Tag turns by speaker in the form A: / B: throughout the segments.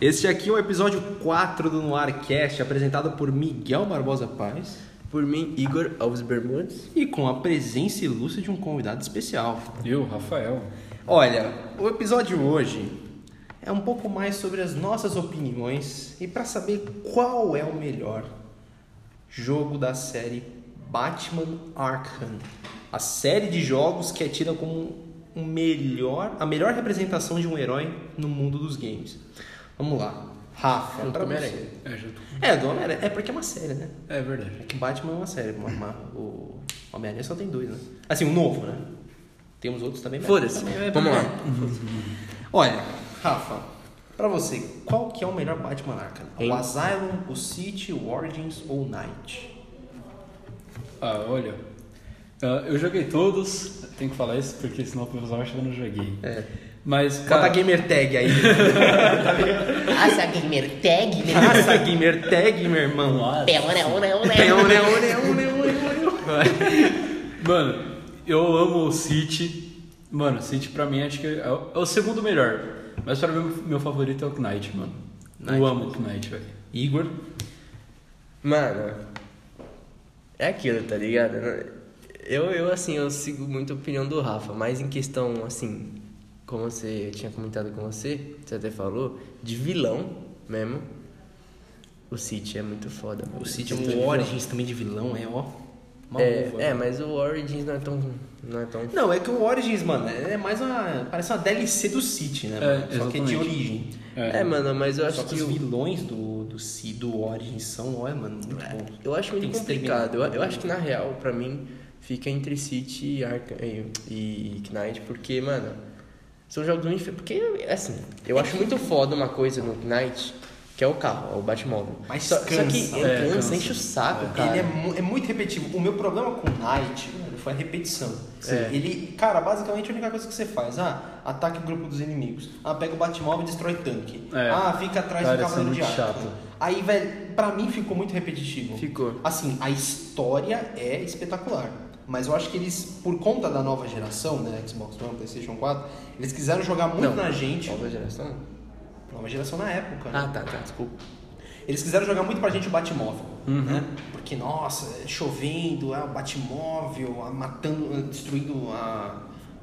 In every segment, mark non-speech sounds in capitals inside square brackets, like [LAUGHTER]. A: Este aqui é o episódio 4 do Noircast, apresentado por Miguel Barbosa Paz
B: Por mim, Igor Alves Bermudes.
A: e com a presença ilustre de um convidado especial.
C: Eu, Rafael.
A: Olha, o episódio hoje é um pouco mais sobre as nossas opiniões e para saber qual é o melhor jogo da série Batman Arkham. A série de jogos que é tida como o melhor, a melhor representação de um herói no mundo dos games. Vamos lá. Rafa,
B: Junto
A: pra
B: com o Homem-Aranha.
A: você.
C: É, já tô...
A: É, do Homem-Aranha. É porque é uma série, né?
C: é verdade.
A: É que Batman é uma série, mas- mas o Homem-Aranha só tem dois, né? Assim, o novo, né? Temos outros também. mas-
B: Foda-se.
A: também é
B: Vamos lá.
A: Olha, Rafa, pra você, qual que é o melhor Batman Arkham?
B: Hein?
A: O Asylum, o City, o Origins ou o Night?
C: Ah, olha. ah, eu joguei todos, tenho que falar isso porque senão o pessoal acha que eu não joguei.
A: É.
C: Mas,
A: Bota a
C: cara.
A: gamer tag [LAUGHS] aí.
D: Asa gamer tag, né?
A: Nossa, gamer tag, meu irmão.
C: Nossa.
D: Peona, ona, ona.
A: É Ah. um, né, um, né, um, né, um, né, um.
C: Mano, eu amo o City. Mano, o City pra mim acho que é o, é o segundo melhor. Mas pra mim, meu favorito é o Knight, mano.
A: Knight. É,
C: Eu amo o Knight, velho.
A: Igor.
B: Mano, é aquilo, tá ligado? Eu, eu, assim, eu sigo muito a opinião do Rafa, mas em questão, assim, como você, eu tinha comentado com você, você até falou, de vilão mesmo, o City é muito foda. mano.
A: O City é
B: City
A: um Origins também de vilão, é ó. Uma uva.
B: É, é, mas o Origins não é tão, não é tão
A: Não, é que o Origins, mano, é mais uma. Parece uma DLC do City, né?
C: É,
A: mano? Só que é de
C: exatamente.
A: origem.
B: É, mano, mas eu
A: Só que
B: acho que.
A: os
B: eu-
A: vilões do, do, Ci- do Origins são, olha, mano, muito bom.
B: Eu acho
A: Tem
B: muito
A: que
B: complicado. Eu,
A: exterminar.
B: eu acho que na real, pra mim, fica entre City e, Arca, e, e Knight, porque, mano, são jogos muito. dif- Porque, assim, eu acho muito foda uma coisa no Knight, que é o carro, é o Batmóvel.
A: Mas
B: só, só
A: É, cansa,
B: que
C: né?
B: cansa,
C: Cansa.
B: enche o saco, cara.
A: Ele é, mu- é muito repetitivo. O meu problema com o Knight mano, foi a repetição.
B: É.
A: Ele, cara, basicamente a única coisa que você faz, ah, ataque o grupo dos inimigos. Ah, pega o Batmóvel e destrói tanque.
C: É.
A: Ah, fica atrás
C: Cara,
A: do
C: isso é
A: cavaleiro de
C: muito
A: arco.
C: chato.
A: Aí, velho, pra mim ficou muito repetitivo.
B: Ficou.
A: Assim, a história é espetacular. Mas eu acho que eles, por conta da nova geração, né, Xbox One, PlayStation 4, eles quiseram jogar muito
B: Não.
A: na gente.
B: Nova geração?
A: Nova geração na época, né?
B: Ah, tá, tá, desculpa.
A: Eles quiseram jogar muito pra gente o Batmóvel,
C: Uhum.
A: né? Porque, nossa, é chovendo, é o Batmóvel, ah, matando, ah, destruindo ah,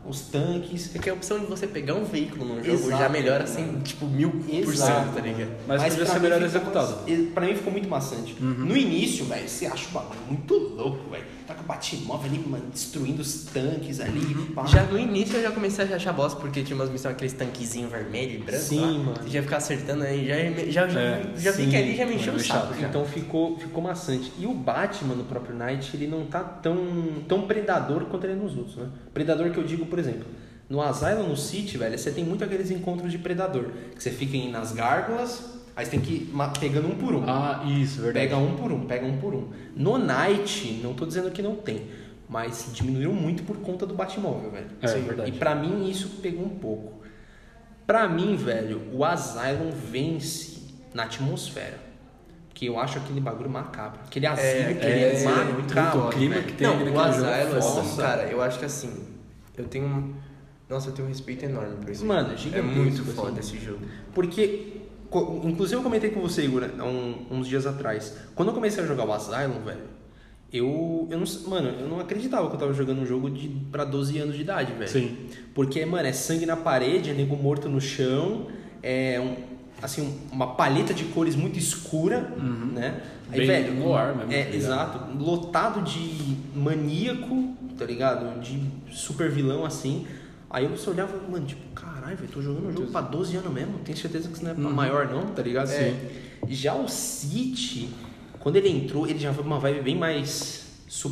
A: os tanques.
B: É que a opção de você pegar um veículo num jogo
A: Exato,
B: já melhora
A: mano.
B: assim, tipo, mil por
A: Exato.
B: cento, tá ligado?
C: Mas podia
A: pra
C: ser
A: mim
C: melhor
A: ficou-
C: executado. Uhum.
A: e- Pra mim ficou muito maçante. No início, velho, você acha o bagulho muito louco, velho. Tá com o Batmóvel ali, mano, destruindo os tanques ali.
C: Uhum.
A: pá.
B: Já no início eu já comecei a achar bosta, porque tinha umas missões, aqueles tanquezinhos vermelho e branco.
A: Sim,
B: lá.
A: mano.
B: Você já ficar acertando aí, já, já, já,
C: É,
B: já
A: sim,
B: fica ali já me encheu o
C: mano, é
B: saco.
C: chato.
B: já.
A: Então ficou, ficou maçante. E o Batman no próprio Knight, ele não tá tão, tão predador quanto ele é nos outros, né? Predador que eu digo, por exemplo, no Asylum, no City, velho, você tem muito aqueles encontros de predador. Que você fica indo nas gárgulas, aí você tem que ir ma- pegando um por um.
C: Ah, isso, verdade.
A: Pega um por um, pega um por um. No Night, não tô dizendo que não tem, mas diminuiu muito por conta do Batmóvel, velho.
C: É,
A: Isso-
C: verdade.
A: E pra mim isso pegou um pouco. Pra mim, velho, o Asylum vence na atmosfera. Porque eu acho aquele bagulho macabro. Aquele asilo, que ele
C: é,
A: é,
C: é muito
A: macabro.
C: o clima
A: velho.
C: que tem
B: né? Não,
C: aquele
B: o
C: jogo
A: é
B: Asylum,
C: foda.
B: assim, cara, eu acho que assim, eu tenho um... Nossa, eu tenho um respeito enorme por isso.
A: Mano, é
B: é
A: gigantesco,
B: muito
A: assim.
B: foda esse jogo.
A: Porque, co- inclusive eu comentei com você, Igor, há um- uns dias atrás. Quando eu comecei a jogar o Asylum, velho, eu, eu não, s- mano, eu não acreditava que eu tava jogando um jogo de, pra 12 anos de idade, velho.
C: Sim.
A: Porque, mano, é sangue na parede, é nego morto no chão, é um, assim, um- uma paleta de cores muito escura, né?
C: Uhum. Bem noir mesmo, tá
A: É,
C: ligado?
A: exato. Lotado de maníaco, tá ligado? De super vilão, assim. Aí eu só olhava, mano, tipo, caralho, velho, tô jogando um jogo pra 12 anos mesmo. Tenho certeza que isso não é pra
C: Uhum.
A: maior, não, tá ligado?
B: É.
A: Já o City, quando ele entrou, ele já foi uma vibe bem mais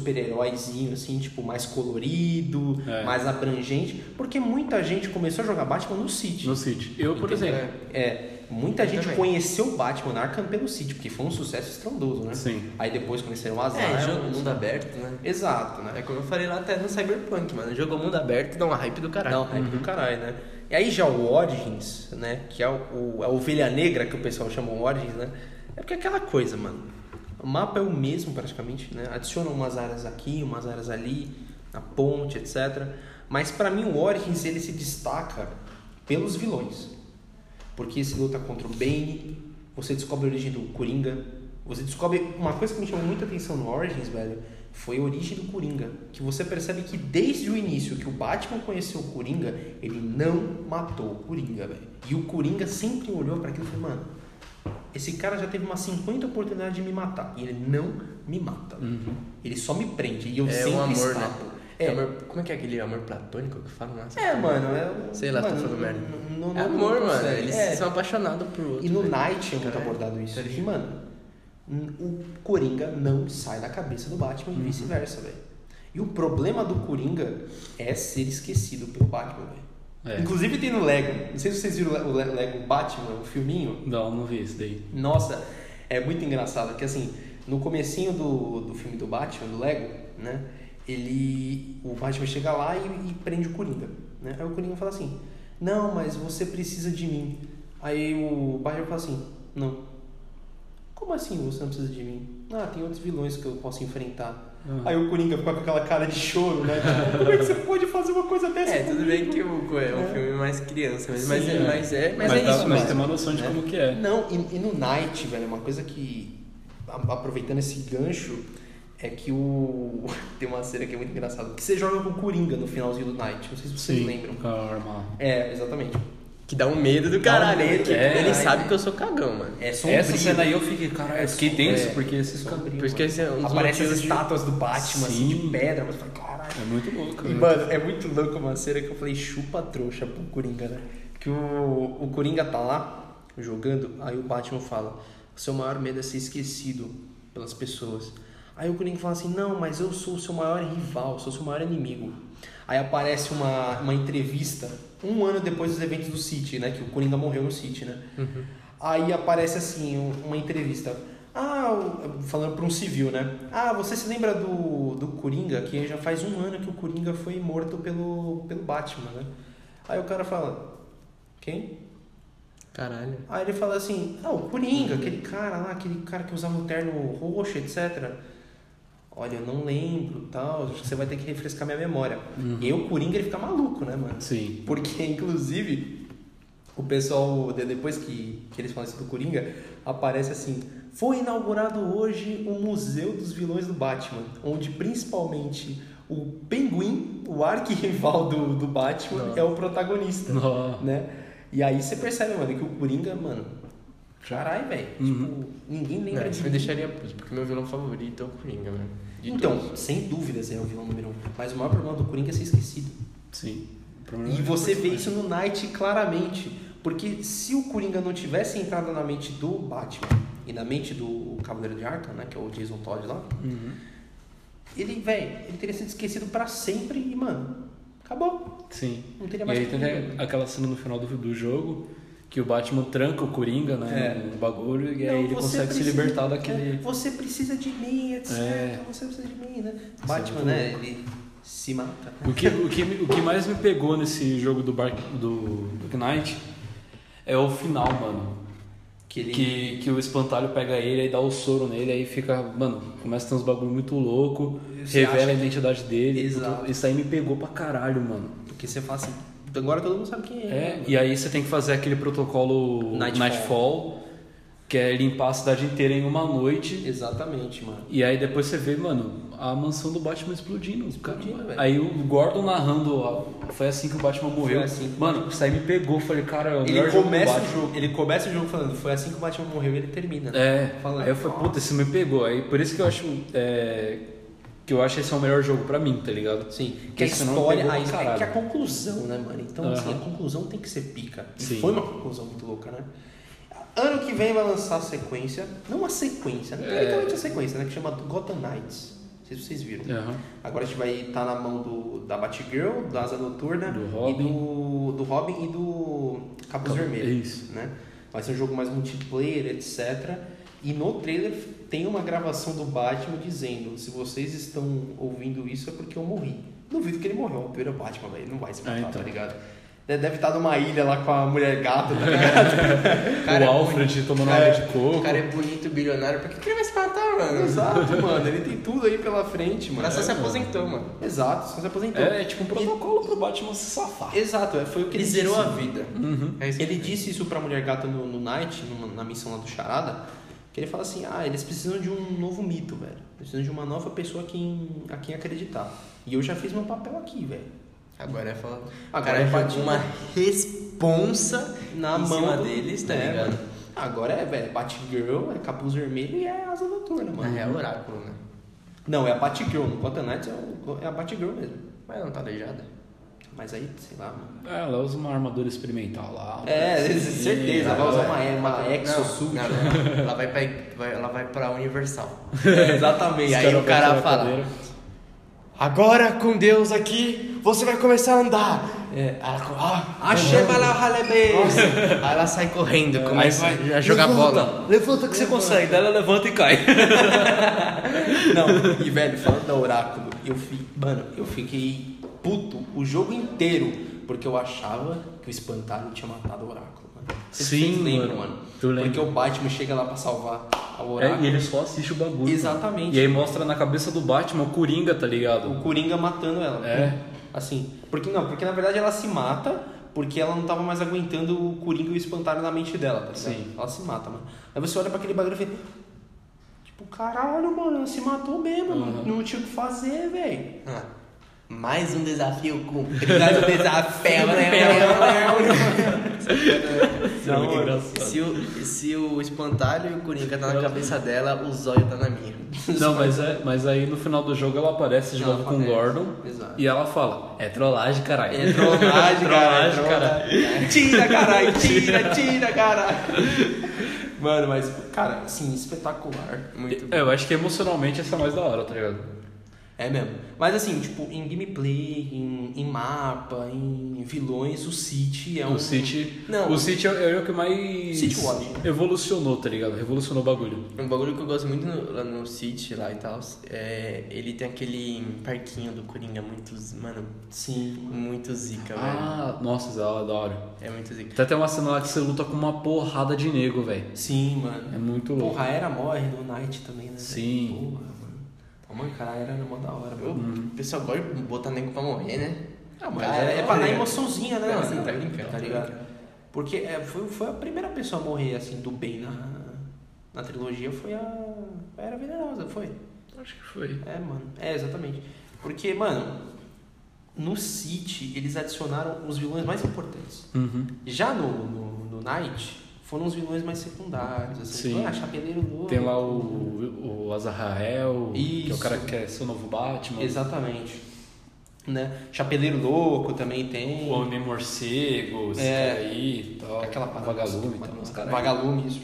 A: super-heróizinho, assim, tipo, mais colorido,
C: É.
A: mais abrangente. Porque muita gente começou a jogar Batman no City.
C: No City. Eu, por
B: né?
C: exemplo.
A: É, muita
B: Eu
A: gente
B: também.
A: conheceu o Batman na Arkham pelo City, porque foi um sucesso estrondoso, né?
C: Sim.
A: Aí depois conheceram o Azar. assim.
B: É, jogo mundo aberto, né?
A: Exato, né?
B: É como eu falei lá até no Cyberpunk, mano. Jogo mundo aberto dá uma hype do caralho.
A: Dá um hype do caralho, né? E aí já o Origins, né? Que é o, o- a ovelha negra que o pessoal chama o Origins, né? É porque é aquela coisa, mano. O mapa é o mesmo praticamente, né? Adiciona umas áreas aqui, umas áreas ali, na ponte, etc. Mas pra mim o Origins ele se destaca pelos vilões. Porque esse luta contra o Bane, você descobre a origem do Coringa, você descobre. Uma coisa que me chamou muita atenção no Origins, velho, foi a origem do Coringa. Que você percebe que desde o início que o Batman conheceu o Coringa, ele não matou o Coringa, velho. E o Coringa sempre olhou pra aquilo e falou, mano, esse cara já teve umas 50 oportunidades de me matar. E ele não me mata. velho.
C: Uhum.
A: Ele só me prende. E eu
B: é
A: sempre
B: um amor,
A: escapo.
B: né?
A: É,
B: Amor- como é que é aquele amor platônico que fala? Nossa,
A: é, mano. É,
B: Sei lá,
A: mano,
B: tô falando merda.
A: não- não-
B: é amor,
A: não
B: mano.
A: consegue.
B: Eles
A: É.
B: são apaixonados por outro.
A: E no
B: velho.
A: Night é muito
B: Caralho.
A: abordado isso.
B: Entendi.
A: Que, mano, n- o Coringa não sai da cabeça do Batman
B: Uhum.
A: e vice-versa, velho. E o problema do Coringa é ser esquecido pelo Batman, velho.
C: É.
A: Inclusive tem no Lego. Não sei se vocês viram o Le- o Le- Lego Batman, o filminho.
C: Não, não vi isso daí.
A: Nossa, é muito engraçado que assim, no comecinho do, do filme do Batman, do Lego, né? Ele. O Batman chega lá e, e prende o Coringa. Né? Aí o Coringa fala assim, não, mas você precisa de mim. Aí o Batman fala assim, não. Como assim você não precisa de mim? Ah, tem outros vilões que eu posso enfrentar.
C: Ah.
A: Aí o Coringa fica com aquela cara de choro,
B: [LAUGHS]
A: né? Tipo, Como é que você pode fazer uma coisa dessa?
B: É, tudo
A: comigo?"
B: bem que o Co- é um
A: É.
B: filme mais criança, mas, mas,
C: Sim,
B: é,
C: é.
B: mas é. Mas,
C: Mas,
B: é
C: dá-
B: isso,
C: mas
B: mano.
C: tem uma noção de
A: né?
C: como que é.
A: Não, e, e no Night, velho, uma coisa que. a- Aproveitando esse gancho, é que o. [LAUGHS] Tem uma cena que é muito engraçada. Que você joga com o Coringa no finalzinho do Night. Não sei se vocês lembram.
C: com a arma.
A: É, exatamente.
B: Que dá um medo
A: Dá
B: do
A: um
B: caralho.
A: medo,
B: porque
A: é.
B: ele sabe que eu sou cagão, mano.
A: É sombrio.
C: Essa cena aí eu fiquei, cara, eu fiquei tenso,
B: É.
C: porque esses
A: Sombrio,
B: Por isso que esse é um dos
A: Aparece as
B: motivos de-
A: estátuas do Batman, assim, de
C: Sim.
A: pedra. Você fala, caralho.
C: É muito louco.
A: E,
C: né?
A: mano, é muito louco uma cena que eu falei, chupa a trouxa pro Coringa, né? Que o, o Coringa tá lá jogando, aí o Batman fala: o seu maior medo é ser esquecido pelas pessoas. Aí o Coringa fala assim: não, mas eu sou o seu maior rival, sou o seu maior inimigo. Aí aparece uma, uma entrevista, um ano depois dos eventos do City, né? Que o Coringa morreu no City, né?
C: Uhum.
A: Aí aparece assim, um- uma entrevista. Ah, o- falando para um civil, né? Ah, você se lembra do, do Coringa? Que já faz um ano que o Coringa foi morto pelo, pelo Batman, né? Aí o cara fala, quem?
B: Caralho.
A: Aí ele fala assim, ah, o Coringa, aquele cara lá, aquele cara que usava o terno roxo, etc. Olha, eu não lembro, tal, acho que você vai ter que refrescar minha memória. E aí o Coringa ele fica maluco, né, mano?
C: Sim.
A: Porque, [LAUGHS] inclusive, o pessoal, de- depois que, que eles falam isso do Coringa, aparece assim: Foi inaugurado hoje o Museu dos Vilões do Batman, onde principalmente o Pinguim, o arquirrival do, do Batman, é o protagonista.
C: Nossa.
A: Né? E aí você percebe, mano, que o Coringa, mano, caralho, velho. Tipo, ninguém lembra disso.
B: Não, Uhum. É, isso me deixaria puto, porque meu vilão favorito é o Coringa, mano. De
A: Então,
B: todos.
A: sem dúvidas é o vilão número um. Mas o maior problema do Coringa é ser esquecido.
C: Sim. O problema
A: E
C: é-
A: você vê isso no Knight claramente. Porque se o Coringa não tivesse entrado na mente do Batman e na mente do Cavaleiro de Arkham, né, que é o Jason Todd lá, ele, velho, ele teria sido esquecido pra sempre e, mano, acabou.
C: Sim.
A: Não teria
C: e
A: mais
C: aí
A: que-
C: tem até aquela cena no final do, do jogo que o Batman tranca o Coringa, né?
A: É.
C: No bagulho, e
A: Não,
C: aí ele
A: você
C: consegue se
A: precisa-
C: libertar
A: é,
C: daquele.
A: Você precisa de mim, etc.
C: É.
A: Você precisa de mim, né?
C: é
A: Batman,
C: muito
A: né? Ele se mata. né?
C: O que, o, que, me- o que mais me pegou nesse jogo do, Bar- do, do Knight é o final, mano.
A: Que ele.
C: Que, que o espantalho pega ele, aí dá o soro nele, aí fica, mano, começa a ter uns bagulho muito louco,
A: Você
C: revela
A: acha
C: a identidade dele.
A: Exato.
C: tudo. Isso aí me pegou pra caralho, mano.
A: Porque você fala assim. Agora todo mundo sabe quem é.
C: É,
A: né?
C: e aí você tem que fazer aquele protocolo
A: Nightfall.
C: Nightfall, que é limpar a cidade inteira em uma noite.
A: Exatamente, mano.
C: E aí depois você vê, mano, a mansão do Batman explodindo. cara.
A: Explodindo, velho.
C: aí o Gordon narrando, ó, foi assim que o Batman morreu.
A: assim.
C: Mano, isso aí me pegou, falei, cara, é o
A: Ele
C: melhor jogo do
A: começa o
C: Batman.
A: jogo, ele começa o jogo falando, foi assim que o Batman morreu e ele termina. né?
C: É,
A: Falando.
C: aí eu falei, puta, isso me pegou. Aí por isso que eu acho é, que eu acho esse é o melhor jogo pra mim, tá ligado?
A: Sim, que
C: Porque
A: a
C: senão
A: história,
C: pegou
A: a,
C: pra
A: é
C: caralho.
A: que a conclusão, né, mano? Então, assim, a
C: Aham.
A: conclusão tem que ser pica. E
C: Sim.
A: foi uma conclusão muito louca, né? Ano que vem vai lançar a sequência, não a sequência, né?
C: É.
A: literalmente a sequência, né? Que chama Gotham Knights. Não sei se vocês viram.
C: Aham.
A: Agora a gente vai estar na mão do, da Batgirl, da Asa Noturna
C: Do
A: e
C: Robin.
A: do, do Robin e do Capuz
C: Cap-
A: Vermelho.
C: É isso.
A: Né? Vai ser um jogo mais multiplayer, etc. E no trailer tem uma gravação do Batman dizendo: se vocês estão ouvindo isso é porque eu morri. Duvido que ele morreu, o primeiro Batman, velho. Ele não vai se
C: Ah,
A: matar,
C: então.
A: tá ligado? de- deve estar numa ilha lá com a mulher gato, tá ligado?
B: Cara,
C: o Alfred tomando água de coco.
B: [LAUGHS] O cara é bonito, bilionário, pra que, que ele vai se matar, mano?
A: Exato, mano. Ele tem tudo aí pela frente, mano.
B: Mas só se aposentou, mano.
A: Exato, só se aposentou.
C: É, é tipo um protocolo pro Batman se safar.
A: Exato, é, foi o que
B: Ele
A: ele
B: zerou
A: disse. Uhum.
B: a vida. É isso que
A: Ele
B: eu
A: disse isso pra Mulher Gata no, no Night, numa- na missão lá do Charada, que ele fala assim, ah, eles precisam de um novo mito, velho. Precisam de uma nova pessoa a quem, a quem acreditar. E eu já fiz meu papel aqui, velho.
B: Agora é falar.
A: Agora
B: Agora
A: é
B: é
A: Batman.
B: uma responsa
A: Na
B: em
A: mão
B: cima
A: do-
B: deles, tá
A: É,
B: ligado?
A: mano. Agora é, velho, Batgirl, é Capuz Vermelho e é Asa Noturna,
B: Na
A: mano.
B: real, oráculo, né?
A: Não, é a Batgirl. No Gotham Knights é, o- é a Batgirl mesmo.
B: Mas não tá aleijada.
A: Mas aí, sei lá, mano.
C: É, ela usa uma armadura experimental lá. um
A: É,
C: pedacinho.
A: [LAUGHS] certeza, vai usar uma, uma
B: Não,
A: exosuit.
B: não, não. né? Ela vai pra, vai- ela vai pra Universal.
A: É, exatamente.
B: E aí
C: Cara,
B: o cara
C: vai
B: fala,
C: cadeira.
B: Agora com Deus aqui, você vai começar a andar.
A: É.
B: Ela co- ah,
A: Achei
B: andando.
A: bala halebe.
B: Nossa. Aí ela sai correndo, começa
C: Aí vai,
B: a jogar
C: levanta,
B: bola.
C: Levanta que você consegue. Daí ela levanta e cai.
A: Não, e velho, falando da Oráculo, eu fi, mano, eu fiquei puto o jogo inteiro, porque eu achava que o espantalho tinha matado o Oráculo, mano. Vocês-
C: Sim,
A: vocês lembram,
C: mano.
A: mano.
C: Eu lembro.
A: Porque o Batman chega lá pra salvar o Oráculo.
C: É, e ele só assiste o bagulho.
A: Exatamente.
C: E aí mostra na cabeça do Batman o Coringa, tá ligado?
A: O Coringa matando ela.
C: É.
A: [LAUGHS] Assim, porque não, porque na verdade ela se mata porque ela não tava mais aguentando o Coringa e o espantalho na mente dela, tá ligado?
C: Sim.
A: Ela se mata, mano. Aí você olha pra aquele bagulho e fica. Tipo, caralho, mano, ela se matou mesmo,
C: Uhum.
A: não- não tinha o que fazer, velho.
B: Ah, mais um desafio cumprido. um
A: Dá o
B: [LAUGHS]
A: desafio,
C: Seria muito engraçado.
B: se, o, se o espantalho e o coringa tá na cabeça dela, o zóio tá na minha.
C: Não, mas, é, mas aí no final do jogo ela aparece de
A: Ela
C: novo com o
A: aparece,
C: Gordon.
A: exato.
C: E ela fala: É trollagem, caralho.
A: É
C: [LAUGHS]
A: trollagem, cara.
C: Trollagem,
A: é
C: caralho.
A: trollagem. [LAUGHS] Tira, caralho. Tira, tira, caralho. Mano, mas, cara, assim, espetacular.
B: Muito bom.
C: É, eu acho que emocionalmente essa é mais da hora, tá ligado?
A: É mesmo. Mas, assim, tipo, em gameplay, em, em mapa, em vilões, o City é um...
C: O City.
A: Não.
C: O City é, é o que mais.
A: City Watch.
C: Evolucionou, tá ligado? Revolucionou o bagulho.
B: Um bagulho que eu gosto muito no- lá no City lá e tal, é, ele tem aquele parquinho do Coringa muito, z- mano,
A: Sim.
B: muito zica, velho.
C: Ah, nossa, da hora, da hora.
B: É muito zica.
C: Tem Tá até uma cena lá que você luta com uma porrada de nego, velho.
A: Sim, mano.
C: É muito louco.
A: Porra, a Era morre no Night também, né?
C: Sim.
A: Porra, mano. Então, mano, cara, a Era era mó da hora,
B: Eu-
A: mano.
C: Uhum.
B: O pessoal gosta de botar nego pra morrer, né?
A: Ah, mas
B: Cara,
A: é, é pra dar
B: olha.
A: emoçãozinha, né?
B: Não,
A: mano?
B: você tá brincando,
A: Tá
B: tá
A: ligado?
B: brincando.
A: Porque é, foi, foi a primeira pessoa a morrer, assim, do bem na, na trilogia, foi a, a Era Venenosa, foi?
C: Acho que foi.
A: É, mano. É, exatamente. Porque, mano, no City, eles adicionaram os vilões mais importantes.
C: Uhum.
A: Já no, no, no Night, foram os vilões mais secundários, assim.
C: Sim.
A: Ah, Chapeleiro Louco.
C: Tem lá o, o Azrael, que é o
A: Isso.
C: cara que quer ser o novo Batman.
A: Exatamente. Né? Chapeleiro Louco também tem.
C: O Homem Morcego, esse
A: É.
C: cara aí e tal.
A: Aquela parada.
C: Vagalume e
A: mano,
C: tal. os caras aí.
A: Vagalume, isso.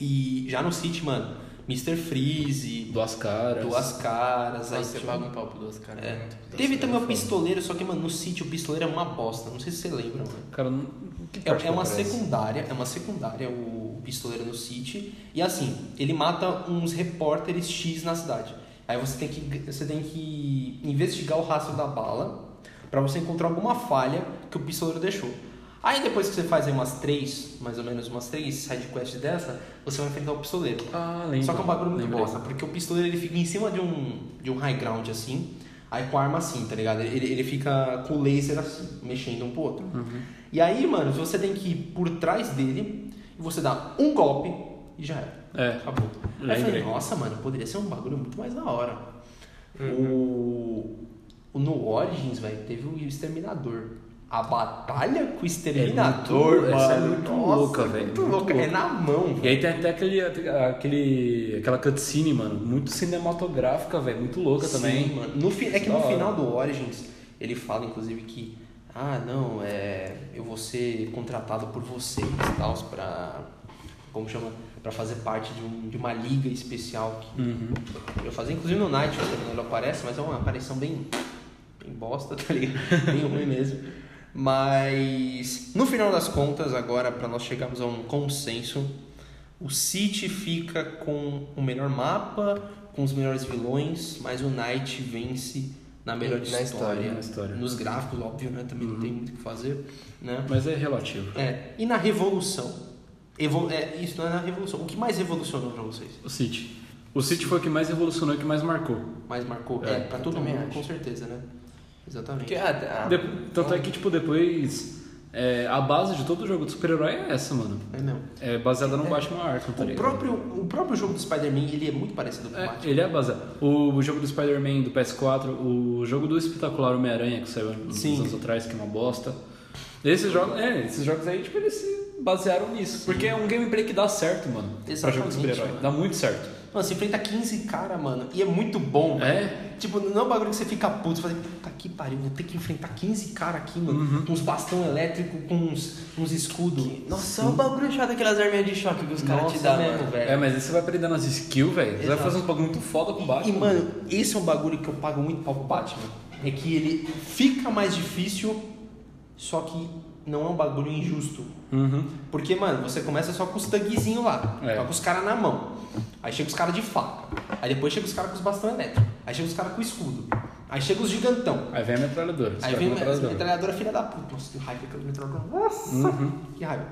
A: E já no City, mano, Mr. Freeze,
C: Duas caras.
A: Duas Caras, aí
B: Nossa, você
A: tinha-
B: paga um pau pro duas caras.
A: É.
B: né?
A: Teve também o
B: Nossa,
A: Pistoleiro, só que, mano, no City o Pistoleiro é uma bosta, não sei se você lembra, mano.
C: Cara, não... que
A: É,
C: parte
A: é
C: que
A: uma
C: aparece?
A: secundária, é uma secundária o Pistoleiro no City, e assim, ele mata uns repórteres X na cidade. Aí você tem que, você tem que investigar o rastro da bala pra você encontrar alguma falha que o pistoleiro deixou. Aí depois que você faz aí umas três, mais ou menos umas três sidequests dessa, você vai enfrentar o pistoleiro.
C: Ah, lembro.
A: Só que é um bagulho muito
C: Lembrei.
A: bosta, porque o pistoleiro ele fica em cima de um, de um high ground assim, aí com a arma assim, tá ligado? Ele, ele fica com o laser assim, mexendo um pro outro.
C: Uhum.
A: E aí, mano, você tem que ir por trás dele, e você dá um golpe e já era.
C: É.
A: Acabou. Aí eu
C: Lembrei.
A: falei, nossa, mano, poderia ser um bagulho muito mais da hora.
C: Uhum.
A: O, o No Origins, velho, teve o Exterminador. A batalha com o Exterminador,
C: É muito- essa é
A: mano.
C: muito
A: nossa,
C: louca, velho,
A: Muito
C: muito
A: louca, é
C: louca.
A: na mão,
C: E aí tem até aquele, aquele, aquela cutscene, mano, muito cinematográfica, velho, muito louca
A: Sim,
C: também.
A: mano. No fi- é que no
C: Da hora.
A: final do Origins, ele fala, inclusive, que... Ah, não, é... Eu vou ser contratado por vocês, tal, pra... Como chama? Pra fazer parte de, um- de uma liga especial que
C: Uhum.
A: eu fazer. Inclusive no Night, também ele aparece, mas é uma aparição bem... Bem bosta, tá ligado? [LAUGHS] Bem ruim mesmo. Mas... No final das contas, agora, pra nós chegarmos a um consenso... O City fica com o melhor mapa, com os melhores vilões, mas o Knight vence na melhor
B: Na
A: história,
B: história, Uhum.
C: na história.
A: nos gráficos, óbvio, né? Também não tem muito o que fazer, né?
C: Mas é relativo.
A: É, e na revolução. Evo- é, isso não é na revolução. O que mais revolucionou pra vocês?
C: O City. O City foi o que mais evolucionou e o que mais marcou.
A: Mais marcou? É,
C: É,
A: pra todo
B: eu também
A: mundo,
B: acho.
A: com certeza, né? Exatamente.
B: Porque, ah, ah,
C: Depo- Tanto é que, tipo, depois. é, a base de todo jogo de super-herói é essa, mano.
A: É mesmo.
C: É baseada no Batman Arkham, tá
A: O
C: ligado?
A: próprio, o próprio jogo do Spider-Man, ele é muito parecido com o
C: É,
A: Batman.
C: ele é baseado. O, o jogo do Spider-Man do PS4, o jogo do espetacular Homem-Aranha que saiu uns
A: Sim.
C: anos atrás, que é uma bosta. Esses jogos, é, esses jogos aí, tipo, eles se basearam nisso. Porque é um gameplay que dá certo, mano. Pra jogo
A: Exatamente,
C: de super-herói.
A: mano.
C: Dá muito certo.
A: Mano, você enfrenta 15 cara, mano, e é muito bom.
C: É.
A: Tipo, não é um bagulho que você fica puto, você fala, assim, puta que pariu, vou ter que enfrentar 15 cara aqui, mano,
C: Uhum.
A: com uns bastão elétrico, com uns, uns escudos.
B: Nossa, olha o bagulho chato daquelas arminhas de choque que os caras te dão, mano.
C: É, mas aí você vai aprendendo as skills, velho. Você vai
A: Exato.
C: fazer um bagulho muito foda com o Batman.
A: E, mano, esse é um bagulho que eu pago muito pau pro Batman. É que ele fica mais difícil, só que não é um bagulho injusto.
C: Uhum.
A: Porque, mano, você começa só com os tanguezinhos lá,
C: É.
A: só com os caras na mão. Aí chega os caras de faca. Aí depois chega os caras com os bastão elétrico. Aí chega os caras com escudo. Aí chega os gigantão.
C: Aí vem a metralhadora.
A: Aí
C: você
A: vem
C: vai com a
A: a metralhadora filha da puta. Nossa, que raiva que eu metralhadora. Nossa,
C: Uhum.
A: que raiva.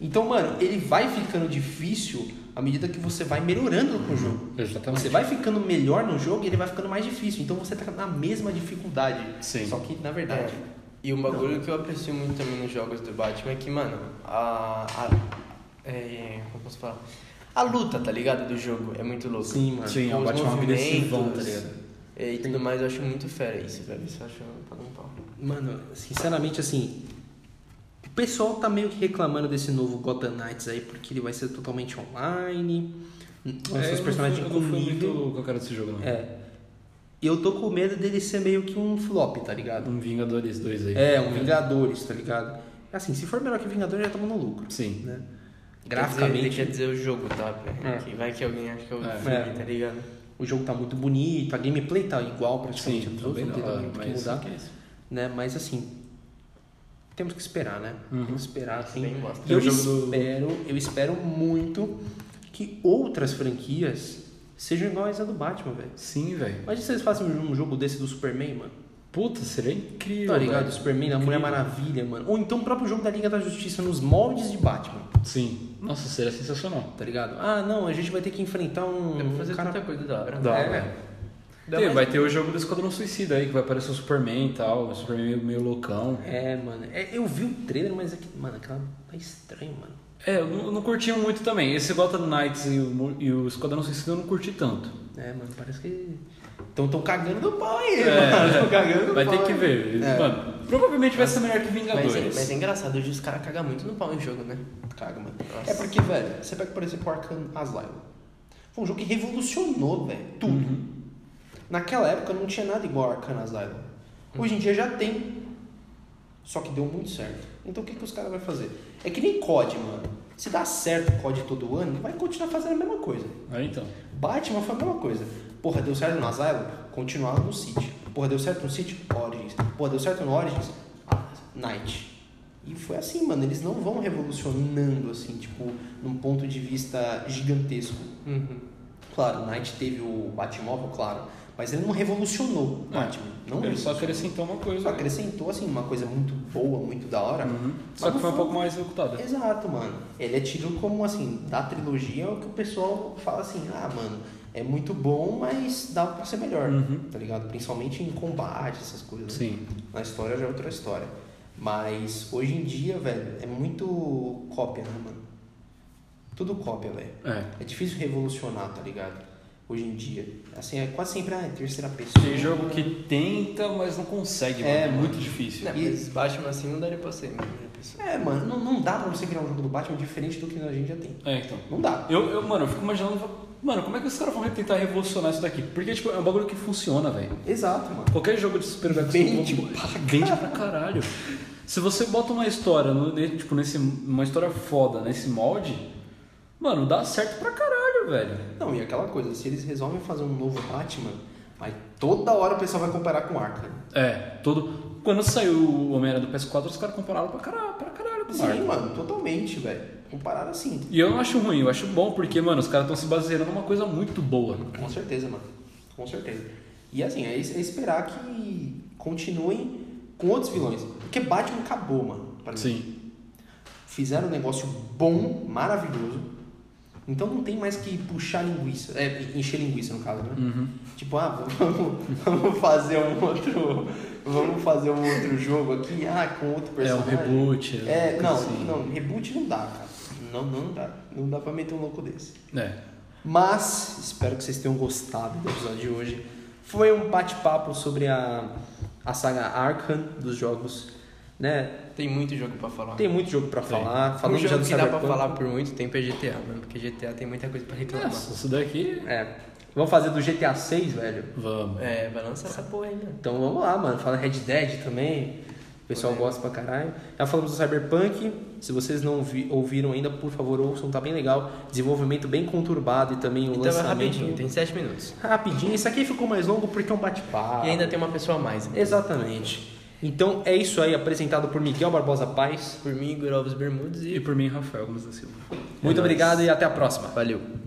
A: Então, mano, ele vai ficando difícil à medida que você vai melhorando com o jogo. Então,
C: Exatamente.
A: Você vai ficando melhor no jogo e ele vai ficando mais difícil. Então você tá na mesma dificuldade.
C: Sim.
A: Só que, na verdade,
B: é E um bagulho que eu aprecio muito também nos jogos do Batman é que, mano, a. a é, como posso falar? A luta, tá ligado? Do jogo é muito louca.
A: Sim, mano.
C: Sim, é um
B: Os
C: Batman
B: movimentos é,
C: agressivão, tá ligado?
B: E tudo mais, eu acho muito fera isso, velho. Isso eu acho pra um pau.
A: Mano, sinceramente, assim. O pessoal tá meio que reclamando desse novo Gotham Knights aí, porque ele vai ser totalmente online.
C: É,
A: Os seus
C: eu
A: personagens
C: não
A: com
C: fui- eu não fui
A: nível.
C: muito com a cara desse jogo, não.
A: É. E eu tô com medo dele ser meio que um flop, tá ligado?
C: Um Vingadores 2 aí.
A: É, um Vingadores, tá ligado? Assim, se for melhor que Vingadores, já tamo no lucro.
C: Sim.
A: Né?
B: Quer
A: Graficamente,
B: dizer, quer dizer o jogo, tá?
A: É.
B: Que vai que alguém acha que é o
C: É.
B: filme,
A: É.
B: tá ligado?
A: o jogo tá muito bonito, a gameplay tá igual praticamente
C: Sim,
A: dos
C: tá
A: outros, não
C: bem
A: tem
C: da hora,
A: muito o que
C: mas-
A: mudar.
C: que é isso?
A: Né? Mas assim, temos que esperar, né?
C: Uhum.
A: Temos que esperar, assim.
B: Bem gosto.
A: E eu
C: Tem o É um jogo do-
A: espero, eu espero muito que outras franquias sejam iguais a do Batman, velho.
C: Sim, velho.
A: Imagina se eles fazem um jogo desse do Superman, mano.
C: Puta, seria incrível.
A: Tá ligado?
C: velho.
A: Superman, a Mulher Maravilha, mano. Ou então o próprio jogo da Liga da Justiça nos moldes de Batman,
C: Sim. Nossa, seria sensacional.
A: tá ligado? Ah, não, a gente vai ter que enfrentar um.
B: Dá pra fazer
A: um cara...
B: tanta coisa da hora. né?
C: Dá,
A: É,
C: velho.
A: velho.
B: Dá
C: Tem,
B: mais-
A: um
C: vai ter o jogo do Esquadrão Suicida aí, que vai aparecer o Superman e tal. O Superman meio, meio loucão.
A: É, mano. É, eu vi o trailer, mas é que, mano, aquela tá estranho, mano.
C: É, eu não, eu não curti muito também. Esse Gotham Knights e o, Mo- e o Esquadrão Suicida eu não curti tanto.
A: É, mano, parece que. Então tão cagando do pau aí, [LAUGHS]
C: É.
A: mano. Tão cagando do
C: Vai
A: pau
C: ter que
A: aí.
C: ver.
A: É.
C: Mano, provavelmente vai ser melhor que Vingadores.
B: Mas é, mas é engraçado, hoje os caras cagam muito no pau em jogo, né?
A: Caga, mano.
B: Nossa.
A: É porque, velho, você pega, por exemplo, o Arkham Asylum. Foi um jogo que revolucionou, velho, tudo.
C: Uhum.
A: Naquela época não tinha nada igual ao Arkham Asylum. Hoje em dia já tem. Só que deu muito certo. Então o que, que os caras vão fazer? É que nem COD, mano. Se dá certo o COD todo ano, vai continuar fazendo a mesma coisa.
C: Aí então.
A: Batman foi a mesma coisa. Porra, deu certo no Asylum? Continuava no City. Porra, deu certo no City? Origins. Porra, deu certo no Origins? Ah, Night. E foi assim, mano. Eles não vão revolucionando, assim, tipo, num ponto de vista gigantesco.
B: Uhum.
A: Uhum. Claro, Night teve o Batmóvel, claro. Mas ele não revolucionou o Batman. Não
C: É. Ele
A: revolucionou.
C: só acrescentou uma coisa.
A: Só
C: né?
A: acrescentou, assim, uma coisa muito boa, muito da hora.
C: Uhum.
A: Mas
C: Só que
A: não
C: foi um pouco mais executada.
A: Exato, mano. Ele é tido como, assim, da trilogia, é o que o pessoal fala assim, ah, mano, é muito bom, mas dá pra ser melhor,
C: Uhum.
A: tá ligado? Principalmente em combate, essas coisas. né?
C: Sim.
A: Na história já é outra história. Mas hoje em dia, velho, é muito cópia, né, mano? Tudo cópia, velho.
C: É.
A: É difícil revolucionar, tá ligado? Hoje em dia. Assim, é quase sempre, ah, é terceira pessoa.
C: Tem jogo que tenta, mas não consegue.
A: É,
C: mano.
A: mano.
C: muito difícil.
B: Não,
A: E-
B: mas Batman assim não daria pra ser, né? pessoal?
A: É, mano, não, não dá pra você criar um jogo do Batman diferente do que a gente já tem.
C: É, então.
A: Não dá.
C: Eu, eu, mano, eu fico imaginando. Mano, como é que os caras vão tentar revolucionar isso daqui? Porque, tipo, é um bagulho que funciona, velho.
A: Exato, mano.
C: Qualquer jogo de super-herói que
A: Vende
C: você compra, é vende pra caralho. Se você bota uma história, no- ne- tipo, nesse, uma história foda nesse molde, mano, dá certo pra caralho, velho.
A: Não, e aquela coisa, se eles resolvem fazer um novo Batman, aí toda hora o pessoal vai comparar com Arkham.
C: É, todo. Quando saiu o Homem-Aranha do PS4, os caras compararam pra caralho, pra caralho com o
A: Sim,
C: Marvel.
A: mano, totalmente, velho. Comparar assim,
C: E eu não acho ruim, eu acho bom, porque, mano, os caras estão se baseando numa coisa muito boa.
A: com certeza, mano. Com certeza. E assim, é, es- é esperar que continuem com outros vilões. Porque Batman acabou, mano. pra mim.
C: Sim.
A: Fizeram um negócio bom, maravilhoso. Então não tem mais que puxar linguiça. É, encher linguiça no caso, né?
C: Uhum.
A: Tipo, ah, vamos, [LAUGHS] vamos fazer um outro. Vamos fazer um outro jogo aqui, ah, com outro
C: É um
A: personagem.
C: reboot.
A: É,
C: algo
A: não,
C: assim.
A: não, reboot não dá, cara. Não, não dá. Não dá pra meter um louco desse.
C: É.
A: Mas espero que vocês tenham gostado do episódio de hoje. Foi um bate-papo sobre a, a saga Arkham dos jogos, né?
B: Tem muito jogo pra falar.
A: Tem muito jogo pra falar.
B: um
A: Falando já
B: jogo
A: do
B: que dá pra
A: Cyberpunk.
B: falar por muito tempo é GTA, mano. Porque GTA tem muita coisa pra reclamar.
C: Nossa, isso daqui.
A: É. Vamos fazer do GTA 6, velho.
C: Vamos.
B: É, vai lançar essa porra aí, mano.
A: Então vamos lá, mano. Fala Red Dead também. O pessoal
B: É.
A: gosta pra caralho. Já falamos do Cyberpunk. Se vocês não vi- ouviram ainda, por favor, ouçam. Tá bem legal. Desenvolvimento bem conturbado e também o
B: Então é
A: lançamento.
B: rapidinho, tem 7 minutos.
A: Rapidinho. Isso aqui ficou mais longo porque é um bate-papo.
B: E ainda tem um- uma pessoa a mais. mano.
A: Exatamente. Então é isso aí, apresentado por Miguel Barbosa Paz.
B: Por mim, Igor Alves Bermudes e
C: E por mim, Rafael Gomes da Silva.
A: Muito
B: É nóis.
A: obrigado e até a próxima.
B: Valeu.